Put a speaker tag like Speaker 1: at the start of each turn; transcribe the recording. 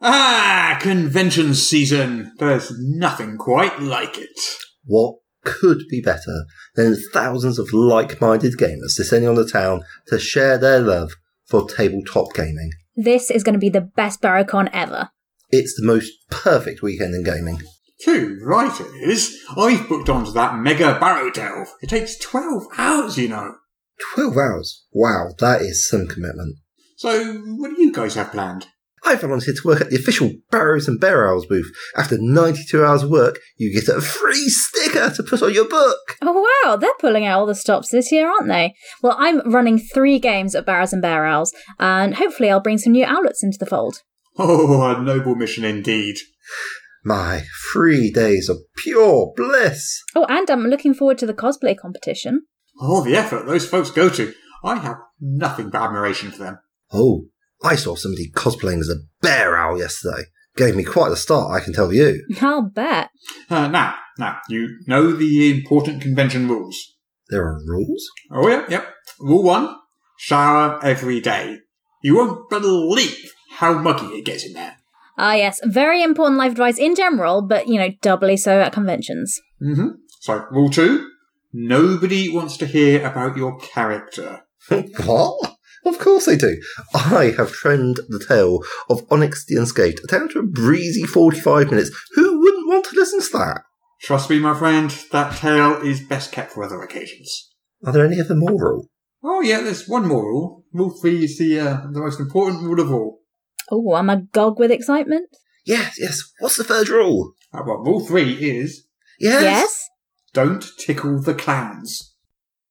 Speaker 1: Ah, convention season. There's nothing quite like it.
Speaker 2: What could be better than thousands of like minded gamers descending on the town to share their love for tabletop gaming?
Speaker 3: This is going to be the best Barracon ever.
Speaker 2: It's the most perfect weekend in gaming.
Speaker 1: Too right it is. I've booked onto that mega barrow delve. It takes 12 hours, you know.
Speaker 2: 12 hours? Wow, that is some commitment.
Speaker 1: So, what do you guys have planned?
Speaker 2: I volunteered to work at the official Barrows and Bear Owls booth. After 92 hours of work, you get a free sticker to put on your book.
Speaker 3: Oh wow, they're pulling out all the stops this year, aren't they? Well, I'm running three games at Barrows and Bear Owls, and hopefully I'll bring some new outlets into the fold.
Speaker 1: Oh, a noble mission indeed.
Speaker 2: My three days of pure bliss.
Speaker 3: Oh, and I'm looking forward to the cosplay competition.
Speaker 1: All the effort those folks go to. I have nothing but admiration for them.
Speaker 2: Oh, I saw somebody cosplaying as a bear owl yesterday. Gave me quite a start, I can tell you.
Speaker 3: I'll bet.
Speaker 1: Uh, now, now, you know the important convention rules.
Speaker 2: There are rules?
Speaker 1: Oh, yeah, yep. Rule one shower every day. You won't believe how muggy it gets in there.
Speaker 3: Ah, yes, very important life advice in general, but you know, doubly so at conventions.
Speaker 1: hmm So, rule two nobody wants to hear about your character.
Speaker 2: what? Of course they do. I have trimmed the tail of Onyx the Unscathed down to a breezy 45 minutes. Who wouldn't want to listen to that?
Speaker 1: Trust me, my friend, that tale is best kept for other occasions.
Speaker 2: Are there any other more rule?
Speaker 1: Oh, yeah, there's one more rule. Rule three is the, uh, the most important rule of all.
Speaker 3: Oh, I'm agog with excitement.
Speaker 2: Yes, yes. What's the third rule?
Speaker 1: Uh, well, rule three is
Speaker 2: Yes.
Speaker 3: yes?
Speaker 1: don't tickle the clowns.